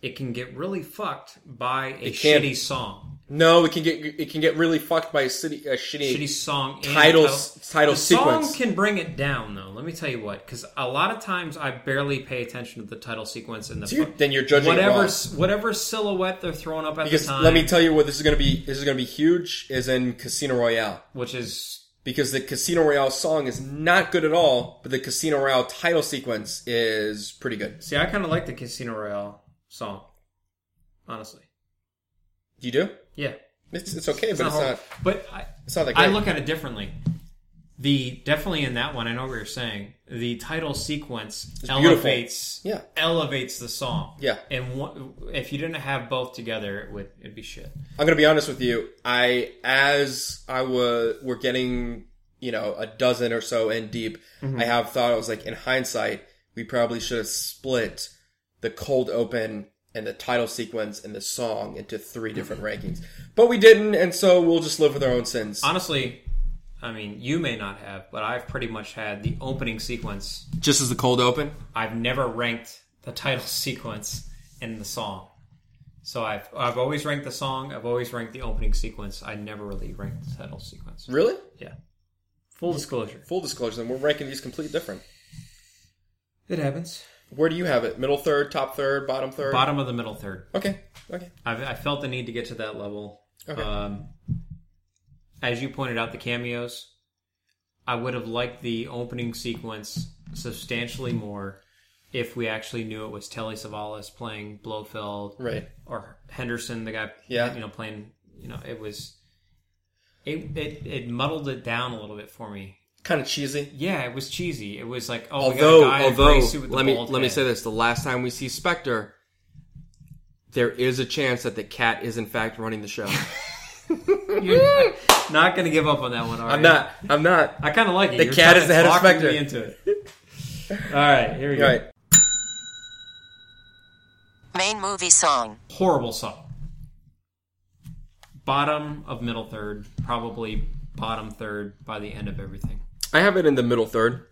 it can get really fucked by a
It can.
shitty song.
No, it can get it can get really fucked by a city a shitty,
Shitty song and
title s- title
the
sequence.
song can bring it down though. Let me tell you what, because a lot of times I barely pay attention to the title sequence and the
So you're- then you're judging it
whatever
wrong.
s- whatever silhouette they're throwing up at
because
the time.
let me tell you where this is going to be. This is going to be huge. Is in Casino Royale
which is
because the Casino Royale song is not good at all, but the Casino Royale title sequence is pretty good.
See, I kind of like the Casino Royale song, honestly.
You do?
Yeah,
It's, it's okay, but it's
horrible.
not.
But I,
It's not that
I
great.
look at it differently. The definitely in that one, I know what you're saying. The title sequence
beautiful.
elevates,
Yeah.
elevates the song.
Yeah.
and one, if you didn't have both together, it would it'd be shit.
I'm gonna be honest with you. I as I was we're getting you know a dozen or so in deep. I have thought I was like in hindsight we probably should have split the cold open and the title sequence and the song into three different rankings, but we didn't, and so we'll just live with our own sins.
Honestly, I mean, you may not have, but I've pretty much had the opening sequence.
Just as the cold open,
I've never ranked the title <laughs> sequence and the song. So I've I've always ranked the song. I've always ranked the opening sequence. I never really ranked the title sequence.
really?
Yeah. Full disclosure.
Full disclosure, then we're ranking these completely different.
It happens.
Where do you have it? Middle third, top third, bottom third.
Bottom of the middle third.
Okay. Okay.
I've, I felt the need to get to that level.
Okay.
Um, as you pointed out, the cameos. I would have liked the opening sequence substantially more if we actually knew it was Telly Savalas playing Blofeld
Right.
or Henderson, the guy,
Yeah.
you know, playing, you know, it was, it, it, it muddled it down a little bit for me.
Kind of cheesy.
Yeah, it was cheesy. It was like, oh,
although
we got a guy in a
although
gray suit with a
let me
bald
let me
head.
say this the last time we see Spectre there is a chance that the cat is in fact running the <laughs> show
<laughs> You're not going to give up on that one. Are
I'm
you?
not I'm not
I kind of like it.
The
You're
cat
kinda
is the head of
talking
Spectre.
Me into it. All right, here we
all
go.
right
Main movie song.
Horrible song. Bottom of middle third, probably bottom third by the end of everything.
I have it in the middle third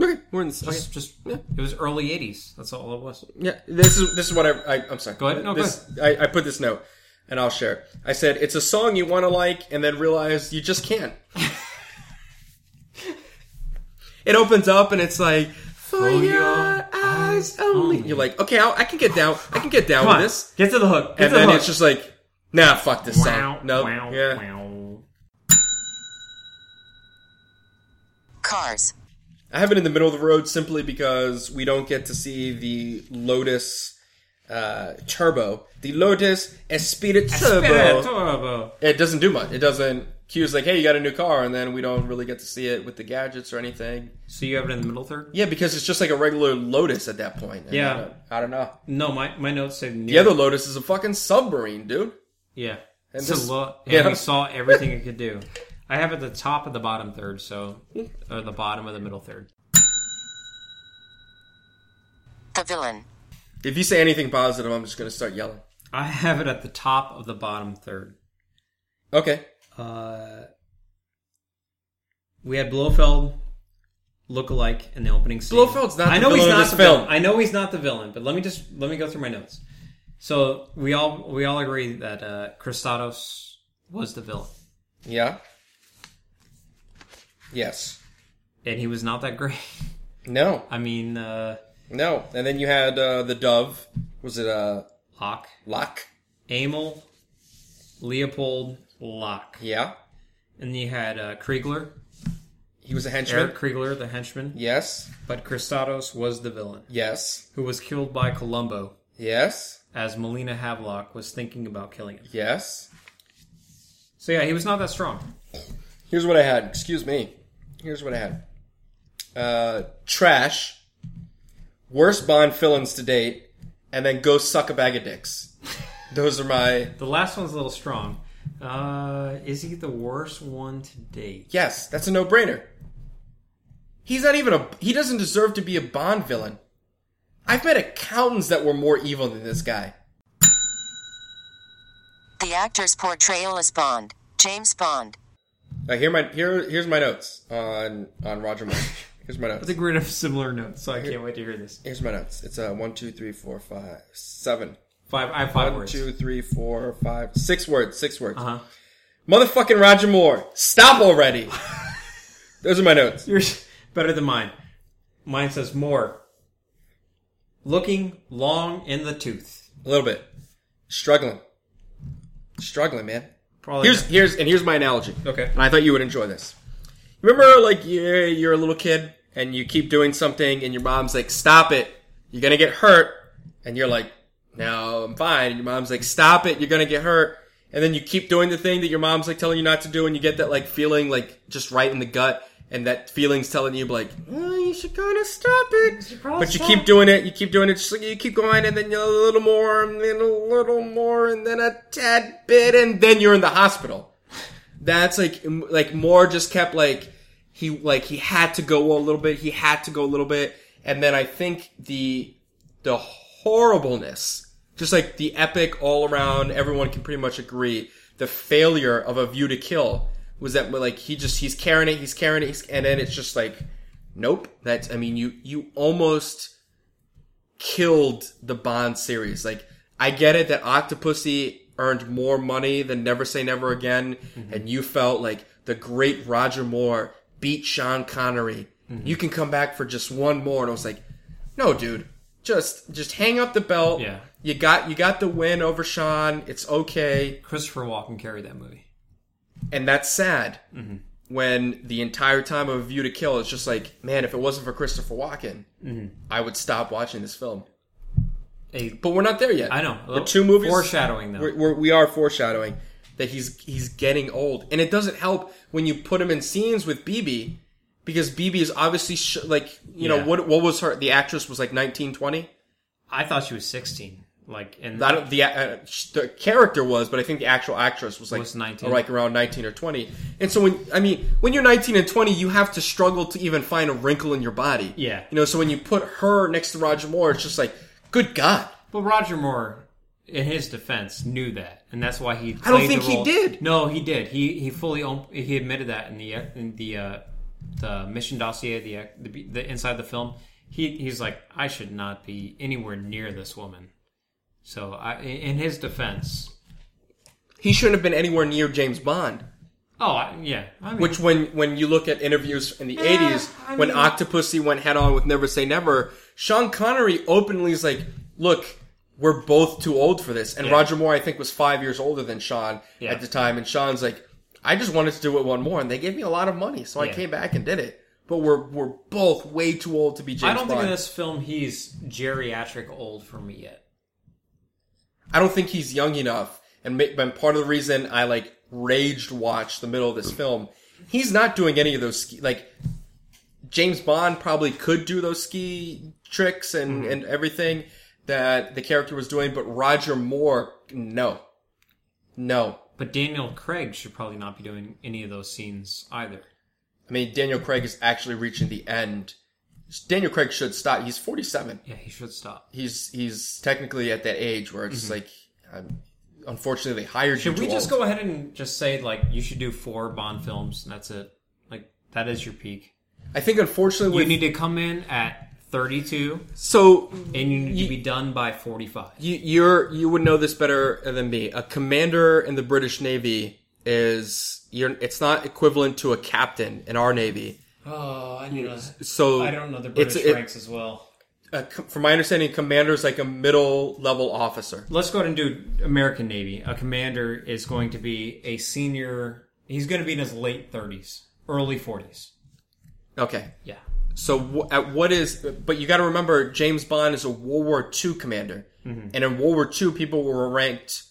okay we're in this okay.
Just, just it was early '80s. That's all it was.
yeah this is this is what I, I I'm sorry
Go ahead. No, go
this, I, I put this note and I'll share it. I said it's a song you want to like and then realize you just
<laughs>
can't it opens up and it's like for
your
your eyes only.
only.
You're like, okay, I'll, I can get down. I can get down
Come
with
on,
this.
get to the hook. Get
and
to
then
the hook.
it's just like, nah, fuck this
wow,
song. No,
wow,
yeah,
wow.
Cars.
I have it in the middle of the road simply because we don't get to see the Lotus uh, Turbo, the Lotus Esprit
Spirit
Turbo.
Turbo.
It doesn't do much. It doesn't. Q's like, hey, you got a new car, and then we don't really get to see it with the gadgets or anything.
So you have it in the middle third?
Yeah, because it's just like a regular Lotus at that point. And
Yeah.
I don't, I don't know.
No, my, my notes say near.
The other Lotus is a fucking submarine, dude.
Yeah.
And
It's a
this-
lo- and
yeah.
we saw everything it could do. I have it the top of the bottom third, so or the bottom of the middle third.
The villain.
If you say anything positive, I'm just gonna start yelling.
I have it at the top of the bottom third.
Okay.
Uh, we had Blofeld look-alike in the opening scene.
Blofeld's not
I
the
know he's
villain of
not
this
the villain.
film.
I know he's not the villain, but let me just let me go through my notes. So we all we all agree that uh, Christados was the villain,
Yeah. Yes.
and he was not that great. <laughs>
No.
I mean, uh,
No. And then you had uh, the dove. Was it uh,
Locke,
Locke?
Amel, Leopold, Locke,
Yeah.
and you had uh, Kriegler,
He was a henchman.
Eric Kriegler, the henchman.
Yes.
But Christados was the villain,
Yes.
who was killed by Columbo.
Yes.
as Melina Havelock was thinking about killing him.
Yes.
So yeah, he was not that strong.
Here's what I had. Excuse me. Here's what I had. Uh, trash. Worst Bond villains to date, and then go suck a bag of dicks. Those are my
The last one's a little strong. Uh, is he the worst one to date?
yes. That's a no brainer. He's not even a. He doesn't deserve to be a Bond villain. I've met accountants that were more evil than this guy.
The actor's portrayal as Bond, James Bond.
Now here my here here's my notes on on Roger Moore. Here's my
I
notes.
think we're gonna have <laughs> similar notes, so I can't wait to hear this.
Here's my notes. It's uh one, two, three, four, five, seven.
Five. I have five
One,
words.
two, three, four, five, six words. Six words.
Uh huh.
Motherfucking Roger Moore, stop <laughs> already. Those are my notes.
Yours better than mine. Mine says more. Looking long in the tooth.
A little bit. Struggling. Struggling, man.
Probably.
Here's here's and here's my analogy.
<laughs> Okay.
And I thought you would enjoy this. Remember, like you're, you're a little kid and you keep doing something, and your mom's like, "Stop it! You're gonna get hurt." And you're like, "No, I'm fine." And your mom's like, "Stop it! You're gonna get hurt." And then you keep doing the thing that your mom's like telling you not to do, and you get that like feeling like just right in the gut, and that feeling's telling you like, oh, "You should kind of stop it." but you keep doing it, you keep doing it, just like you keep going, and then you're a little more, and then a little more, and then a tad bit, and then you're in the hospital that's like m- like Moore just kept like he like he had to go a little bit, he had to go a little bit, and then I think the the horribleness, just like the epic all around, everyone can pretty much agree, the failure of a view to kill was that like he just he's carrying it, he's carrying it, he's, and then it's just like nope, that's I mean you you almost killed the Bond series. Like, I get it that Octopussy earned more money than Never Say Never Again, and you felt like the great Roger Moore beat Sean Connery. You can come back for just one more, and I was like, no, dude, just just hang up the belt.
Yeah.
you got you got the win over Sean. It's okay,
Christopher Walken carried that movie.
and that's sad. When the entire time of View to Kill is just like, man, if it wasn't for Christopher Walken, I would stop watching this film.
A,
But we're not there yet.
I know. a
We're
little-
two movies
Foreshadowing though.
We're, we're, we are foreshadowing that he's he's getting old, and it doesn't help when you put him in scenes with BB because BB is obviously sh- like you know
Yeah.
what what was her the actress was like nineteen twenty.
I thought she was sixteen. Like and
I don't the uh, sh- the character was, but I think the actual actress was like
Was 19.
or like around nineteen or twenty. And so when I mean when you're nineteen and twenty, you have to struggle to even find a wrinkle in your body.
Yeah.
you know. So when you put her next to Roger Moore, it's just like, good God.
But Roger Moore, in his defense, knew that, and that's why he. Played
I don't think
the
he
role-
did.
No, he did. He he fully om- he admitted that in the in the uh, the mission dossier, the, uh, the the inside the film. He he's like, I should not be anywhere near this woman. So I, in his defense,
He shouldn't have been anywhere near James Bond.
oh I, yeah, I mean,
Which, when when you look at interviews in the
Eh,
eighties,
I
when
mean-
Octopussy went head on with Never Say Never, Sean Connery openly is like, "Look, we're both too old for this." And
Yeah.
Roger Moore, I think, was five years older than Sean
Yeah.
at the time, and Sean's like, "I just wanted to do it one more, and they gave me a lot of money, so I
Yeah.
came back and did it." But we're we're both way too old to be James
I don't think
Bond.
in this film he's geriatric old for me yet.
I don't think he's young enough, and, ma- and part of the reason I like raged watched the middle of this film, he's not doing any of those ski like. James Bond probably could do those ski tricks and
Mm-hmm.
and everything that the character was doing, but Roger Moore, no, no.
But Daniel Craig should probably not be doing any of those scenes either.
I mean, Daniel Craig is actually reaching the end. Daniel Craig should stop. He's forty seven.
Yeah, he should stop.
He's he's technically at that age where it's like, um, unfortunately, they hired you.
Mm-hmm. Should we
too
just
old.
go ahead and just say like you should do four Bond films and that's it? Like that is your peak.
I think unfortunately,
You
with-
need to come in at 32
so
and you need to be done by 45.
you, you're you would know this better than me. A commander in the British Navy is you're it's not equivalent to a captain in our navy.
Oh, I need
So it's- it-
as well.
a co- from my understanding, commander is like a middle level officer.
Let's go ahead and do American Navy. A commander is going to be a senior. He's going to be in his late 30s, early 40s.
Okay,
Yeah.
so w- at what is? But you got to remember, James Bond is a World War II commander,
Mm-hmm.
and in World War II, people were ranked.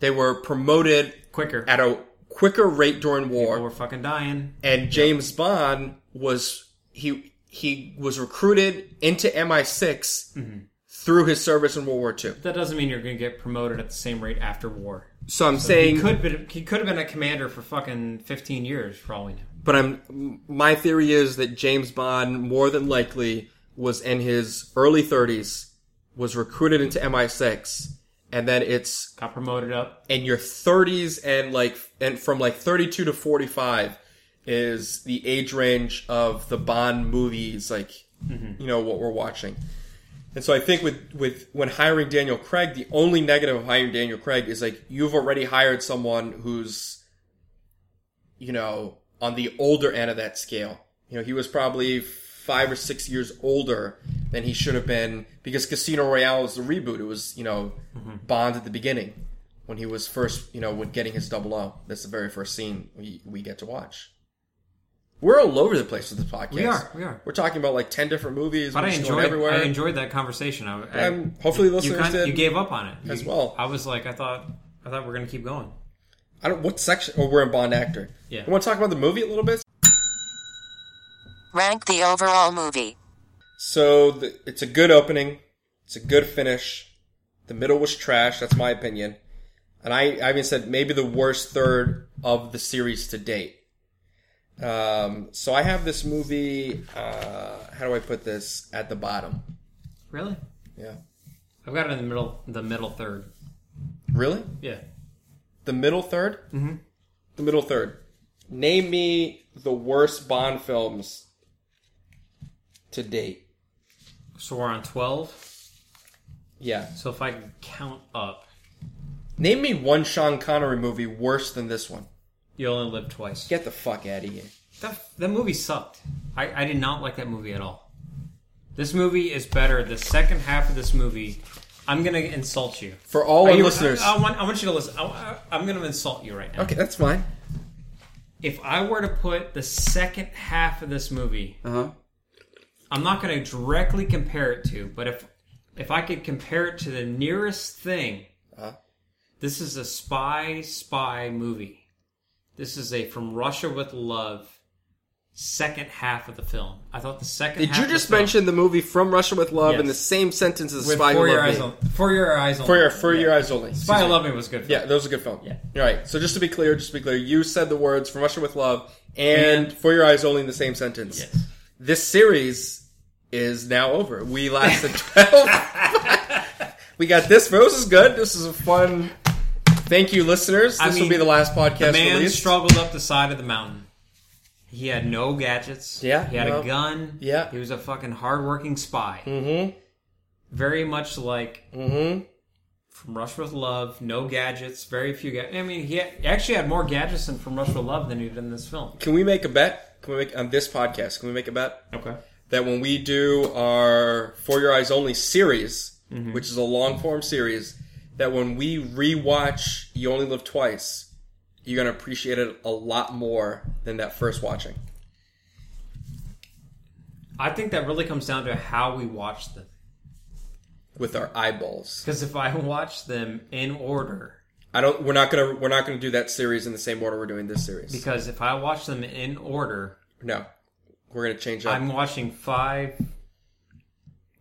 They were promoted
Quicker.
at a quicker rate during war.
Or we're fucking dying.
and James Bond was he he was recruited into MI6
Mm-hmm.
through his service in World War II.
That doesn't mean you're going to get promoted at the same rate after war.
So I'm
He
saying,
could be, he could have been a commander for fucking 15 years for all we know.
but I'm my theory is that James Bond more than likely was in his early 30s was recruited into MI6 and then it's
got promoted up.
and your 30s and like and from like 32 to 45 is the age range of the Bond movies like
Mm-hmm.
you know what we're watching. And so I think with with when hiring Daniel Craig, the only negative of hiring Daniel Craig is like you've already hired someone who's you know on the older end of that scale. You know, he was probably 5 or 6 years older than he should have been because Casino Royale was the reboot. It was, you know,
Mm-hmm.
Bond at the beginning when he was first, you know, when getting his double O. That's the very first scene we, we get to watch. We're all over the place with this podcast.
We are, we are.
We're talking about like ten different movies.
But
we're
I
just going
enjoyed.
everywhere.
I enjoyed that conversation. I, I,
Um, hopefully
you,
listeners
kind-
did
you gave up on it
as
You-
well.
I was like, I thought, I thought we're gonna keep going.
I don't what section. Oh, we're in Bond actor.
Yeah.
You want to talk about the movie a little bit?
Rank the overall movie.
So the, it's a good opening. It's a good finish. The middle was trash. That's my opinion. And I, I even said maybe the worst third of the series to date. Um, so I have this movie. Uh, how do I put this at the bottom?
Really?
Yeah.
I've got it in the middle, the middle third.
Really?
Yeah.
The middle 3rd Mm-hmm. The middle third. Name me the worst Bond films to date.
So we're on twelve.
Yeah.
So if I can count up,
Name me one Sean Connery movie worse than this one.
you only live twice.
Get the fuck out of here.
That that movie sucked. I, I did not like that movie at all. This movie is better. The second half of this movie, I'm gonna insult you.
For all
Are
our
you-
listeners.
I, I want, I want you to listen. I, I, I'm gonna insult you right now.
okay, that's fine.
If I were to put the second half of this movie,
Uh huh.
I'm not going to directly compare it to, but if if I could compare it to the nearest thing,
Uh-huh.
this is a spy spy movie. This is a from Russia with love second half of the film. I thought the second.
Did
half
you
of
just
the film-
mention the movie From Russia with Love in
Yes.
the same sentence as
with
Spy Who
for your
Loved
eyes
Me?
on for your eyes on
For your, for your eyes only.
Spy
Excuse me.
Love Me was good. film.
Yeah, that was a good film.
Yeah.
All right. So just to be clear, just to be clear, you said the words "From Russia with Love" and, "For Your Eyes Only" in the same sentence.
Yes.
This series is now over. We lasted <laughs>
<laughs>
twelve. we got this. This is good. This is a fun. Thank you, listeners. This
I
will
mean,
be the last podcast
the man
released.
struggled up the side of the mountain. He had no gadgets.
Yeah,
He had
no.
a gun.
Yeah.
He was a fucking hardworking spy.
mm-hmm.
Very much like
Mm-hmm.
from Rush with Love, no gadgets, very few gadgets. I mean, he had- he actually had more gadgets in From Rush with Love than he did in this film.
Can we make a bet? Can we make on this podcast? Can we make a bet?
Okay.
that when we do our For Your Eyes Only series,
Mm-hmm.
which is a long form series, that when we rewatch You Only Live Twice, you're gonna appreciate it a lot more than that first watching.
I think that really comes down to how we watch them.
With our eyeballs,
Because if I <laughs> watch them in order,
I don't. We're not gonna. We're not gonna do that series in the same order we're doing this series.
because if I watch them in order,
no, we're gonna change up.
I'm watching five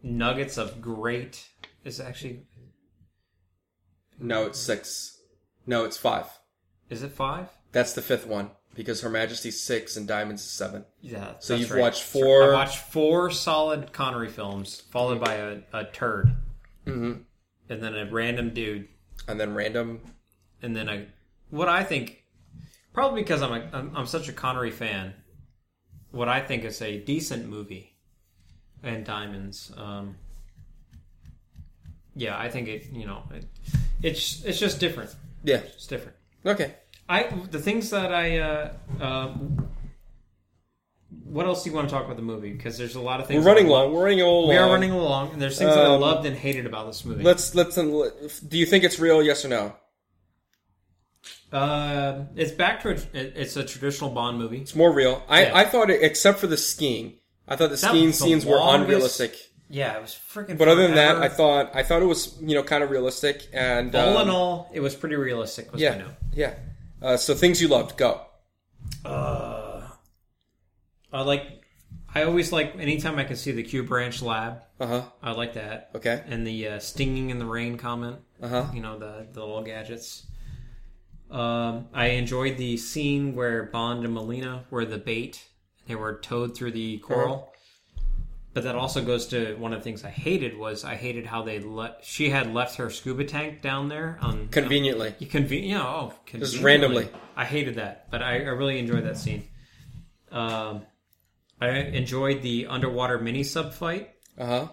nuggets of great. Is actually
no, it's six. No, it's five.
is it five?
That's the fifth one because Her Majesty's six and Diamonds is seven.
Yeah.
So
that's
you've
right.
watched
That's right.
four-
I watched four solid Connery films, followed by a, a turd, mm-hmm. and then a random dude
And then random.
and then I, what I think, probably because I'm a, I'm, I'm such a Connery fan, what I think is a decent movie, and Diamonds. Um, yeah, I think it. You know, it, it's it's just different.
Yeah.
It's different.
Okay.
I the things that I. Uh, uh, what else do you want to talk about the movie? Because there's a lot of
We're
things. that
running
I love.
long. We're running a little
We
long.
are running along, and there's things that I
Um,
loved and hated about this movie.
Let's let's. um, Do you think it's real? Yes or no?
Uh, it's back to a, it- it's a traditional Bond movie.
It's more real. I
Yeah.
I thought it, except for the skiing. I thought the
That
skiing
was the
scenes were
longest-
unrealistic.
Yeah, it was freaking.
But other than that,
forever.
I thought I thought it was you know kind of realistic and
all
um,
in all, it was pretty realistic. Was my
yeah
note.
yeah. Uh, so things you loved, go.
Uh, I like. I always like anytime I can see the Q Branch Lab.
Uh huh.
I like that.
Okay.
And the uh, stinging in the rain comment.
Uh huh.
You know the the little gadgets. Um, I enjoyed the scene
Uh-huh.
where Bond and Molina were the bait. They were towed through the coral. But that also goes to one of the things I hated was I hated how they let she had left her scuba tank down there on
Conveniently.
you conven- yeah, oh,
Just
conveniently.
randomly.
I hated that, but I, I really enjoyed that scene. Um, I enjoyed the underwater mini sub fight,
Uh huh.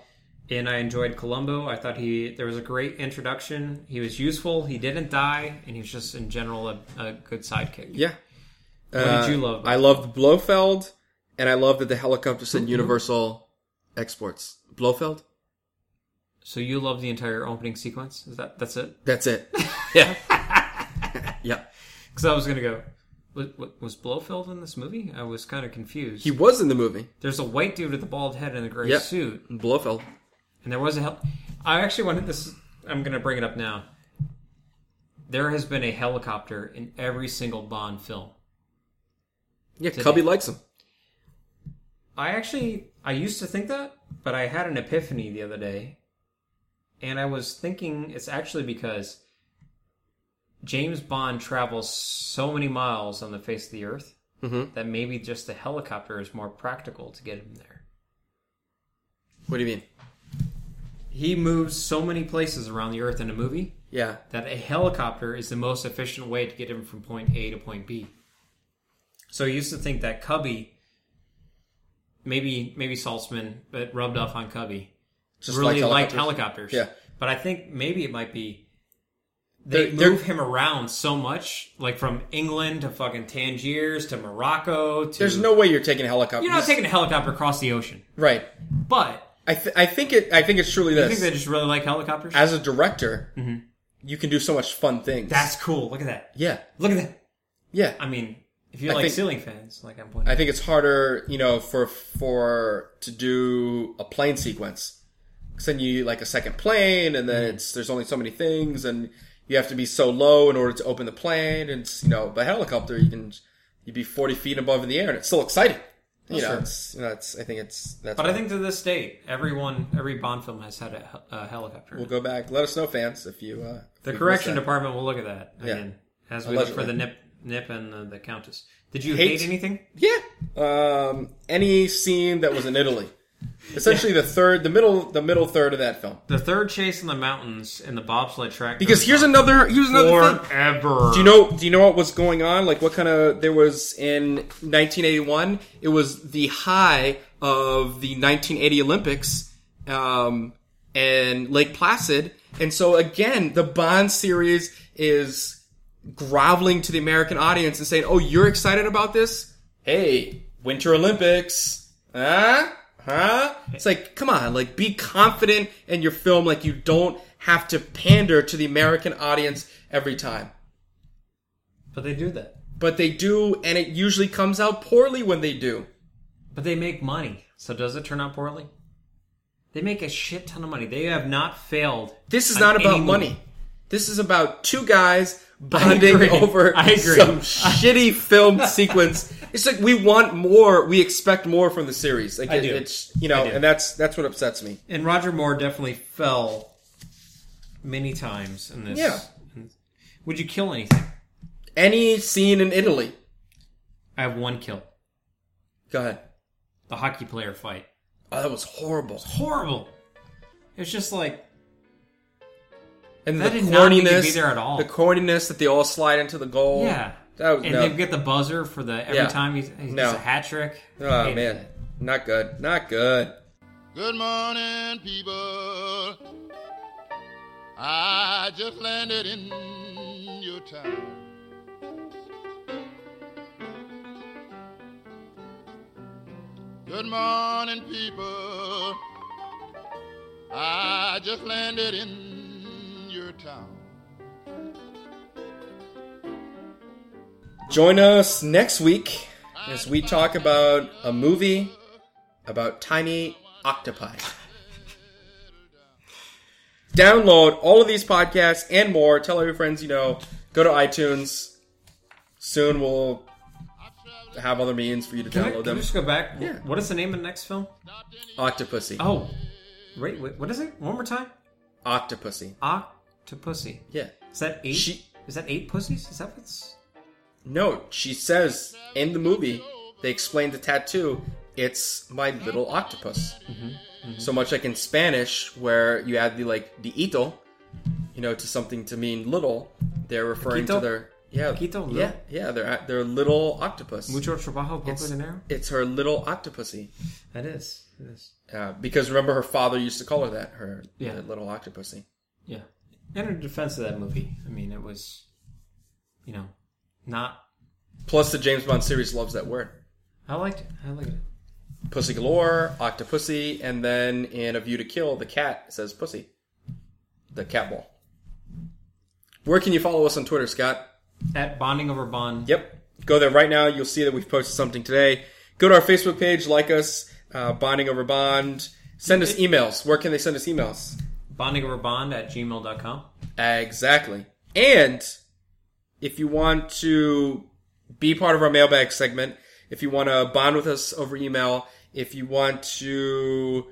and I enjoyed Columbo. I thought he there was a great introduction. He was useful. He didn't die, and he was just in general a, a good sidekick.
Yeah.
What
Uh,
did you love?
I loved Blofeld, and I love that the helicopter said Universal Exports. Blofeld?
so you love the entire opening sequence? Is that that's it?
That's it.
<laughs>
yeah. yeah.
Because I was gonna go. Was, was Blofeld in this movie? I was kind of confused.
He was in the movie.
There's a white dude with a bald head and a gray
Yep.
suit,
Blofeld.
and there was a hel- I actually wanted this. I'm gonna bring it up now. There has been a helicopter in every single Bond film.
Yeah,
Did
Cubby
he?
likes him.
I actually I used to think that, but I had an epiphany the other day. And I was thinking it's actually because James Bond travels so many miles on the face of the earth
Mhm.
that maybe just the helicopter is more practical to get him there.
What do you mean?
He moves so many places around the earth in a movie
Yeah.
that a helicopter is the most efficient way to get him from point A to point B. So I used to think that Cubby, maybe maybe Saltzman, but rubbed off on Cubby,
Just
really
liked
liked helicopters.
Yeah.
but I think maybe it might be they
They're- they're-
move him around so much, like from England to fucking Tangiers to Morocco. To,
There's no way you're taking a helicopter.
you're not taking a helicopter across the ocean,
Right.
but
I, th- I think it. I think it's truly
I
this.
think they just really like helicopters.
As a director, you can do so much fun things.
That's cool. Look at that.
yeah,
Look at that.
yeah.
I mean, if you
I
like
think-
ceiling fans, like I'm pointing.
I think it's harder, you know, for for to do a plane sequence. 'Cause then you like a second plane, and
Mm-hmm.
then it's there's only so many things, and you have to be so low in order to open the plane. And it's, you know, the helicopter you can you'd be forty feet above in the air, and it's still exciting. You know,
sure.
it's, you know, it's I think it's that's.
But
why.
I think to this day, everyone, every Bond film has had a, hel- a helicopter.
we'll go back. Let us know, fans, if you. Uh, if
the
you've
correction
missed that.
department will look at that.
Yeah.
Again, as we look for
Allegedly.
the nip, nip and the, the countess. Did you hate,
Hate-
anything?
Yeah. Um, any scene that was in
<laughs>
Italy. Essentially the third the middle the middle third of that film.
The third chase in the mountains and the bobsled track.
Because here's another here's another thing.
forever.
Do you know do you know what was going on? Like what kind of there was in 1981, it was the high of the 1980 Olympics um and Lake Placid. And so again, the Bond series is groveling to the American audience and saying, "Oh, you're excited about this? Hey, Winter Olympics, huh? Huh?" It's like, come on, like be confident in your film. Like you don't have to pander to the American audience every time.
But they do that.
But they do, and it usually comes out poorly when they do.
But they make money. So does it turn out poorly? They make a shit ton of money. They have not failed.
This is
on
not
any
about
movie.
money. This is about two guys bonding
agree.
over
<laughs> I agree.
some shitty
<laughs>
film sequence. It's like we want more, we expect more from the series. Like
I
it-
do.
it's you know,
I do.
and that's that's what upsets me.
And Roger Moore definitely fell many times in this.
Yeah.
Would you kill anything?
any scene in Italy.
I have one kill.
Go ahead.
The hockey player fight.
Oh, that was horrible.
Horrible. It's just like
And
That
the
did
corniness,
not need to be there at all.
the corniness that they all slide into the goal.
yeah.
Oh, that was,
and
no.
they get the buzzer for the every
Yeah.
time he's, he's
No.
a hat trick.
oh
Hated
man,
it.
not good, not good.
Good morning, people. I just landed in your town. Good morning, people. I just landed in your town.
Join us next week as we talk about a movie about tiny octopi. Download all of these podcasts and more. Tell all your friends you know. Go to iTunes. Soon we'll have other means for you to
Can,
download
I, can I
them.
just go back?
Yeah.
What is the name of the next film?
Octopussy.
Oh, wait, wait, what is it? One more time.
Octopussy.
Octopussy.
Yeah.
Is that eight?
She-
Is that eight pussies? Is that what's?
No, she says in the movie they explain the tattoo it's My Little Octopus.
Mm-hmm.
So much like in Spanish, where you add the like the ito, you know, to something to mean little, they're referring to
Poquito?
their yeah
Poquito, little?
yeah yeah they're they're little octopus.
Mucho trabajo, poco dinero.
It's her little octopusy.
That is. It is.
Uh, because remember, her father used to call her that, her
Yeah.
uh, little octopusy.
Yeah. And in defense of that movie, I mean, it was, you know, not.
Plus, the James Bond series loves that word.
I liked it. I liked it.
Pussy galore, octopussy, and then in A View to Kill, the cat says pussy. The cat wall. Where can you follow us on Twitter, Scott?
At Bonding Over Bond.
Yep. Go there right now. You'll see that we've posted something today. Go to our Facebook page, like us, uh, Bonding Over Bond. Send us emails. Where can they send us emails?
Bonding Over Bond at gmail.com.
Exactly. And if you want to be part of our mailbag segment, if you want to bond with us over email, if you want to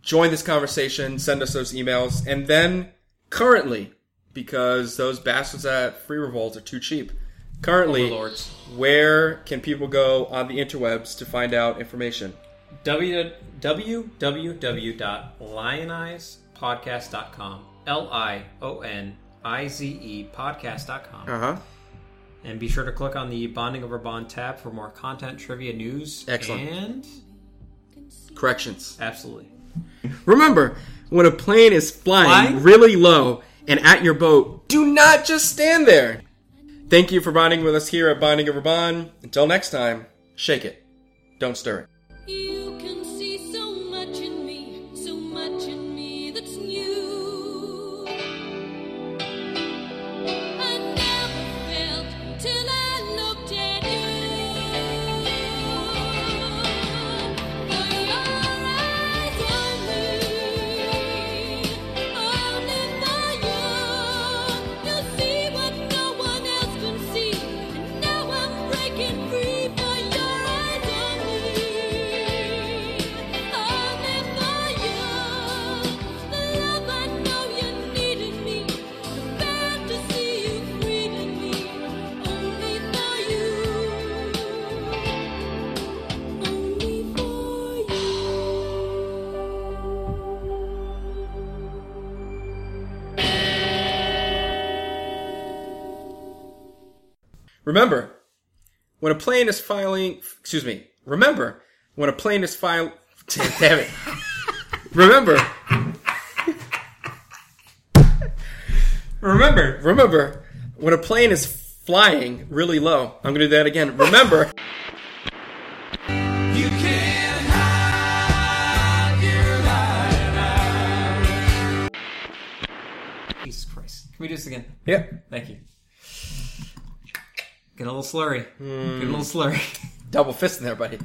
join this conversation, send us those emails. And then currently, because those bastards at Free Revolt are too cheap, currently,
Overlords.
where can people go on the interwebs to find out information?
W- www.lionizepodcast.com. L I O N I Z E podcast.com.
Uh huh.
And be sure to click on the Bonding Over Bond tab for more content, trivia, news.
Excellent.
And
Corrections.
absolutely.
Remember, when a plane is flying
Flying?
really low and at your boat, do not just stand there. Thank you for bonding with us here at Bonding Over Bond. Until next time, shake it. Don't stir it.
You can see so much in me, so much in me that's new. I never felt till I looked at you. For your eyes on me, only for you. You see what no one else can see, and now I'm breaking free. For your eyes on me, only for you. The love I know you needed me, the fantasy you freed me, only for you, only for you.
Remember, when a plane is filing, excuse me, remember, when a plane is filing, <laughs> damn it. remember,
Remember,
remember, when a plane is flying really low, I'm going to do that again. Remember,
You can't hide your
Jesus Christ. Can we do this again?
yep,
Thank you. Get a little slurry. Get a little slurry.
Hmm. double fist in there, buddy.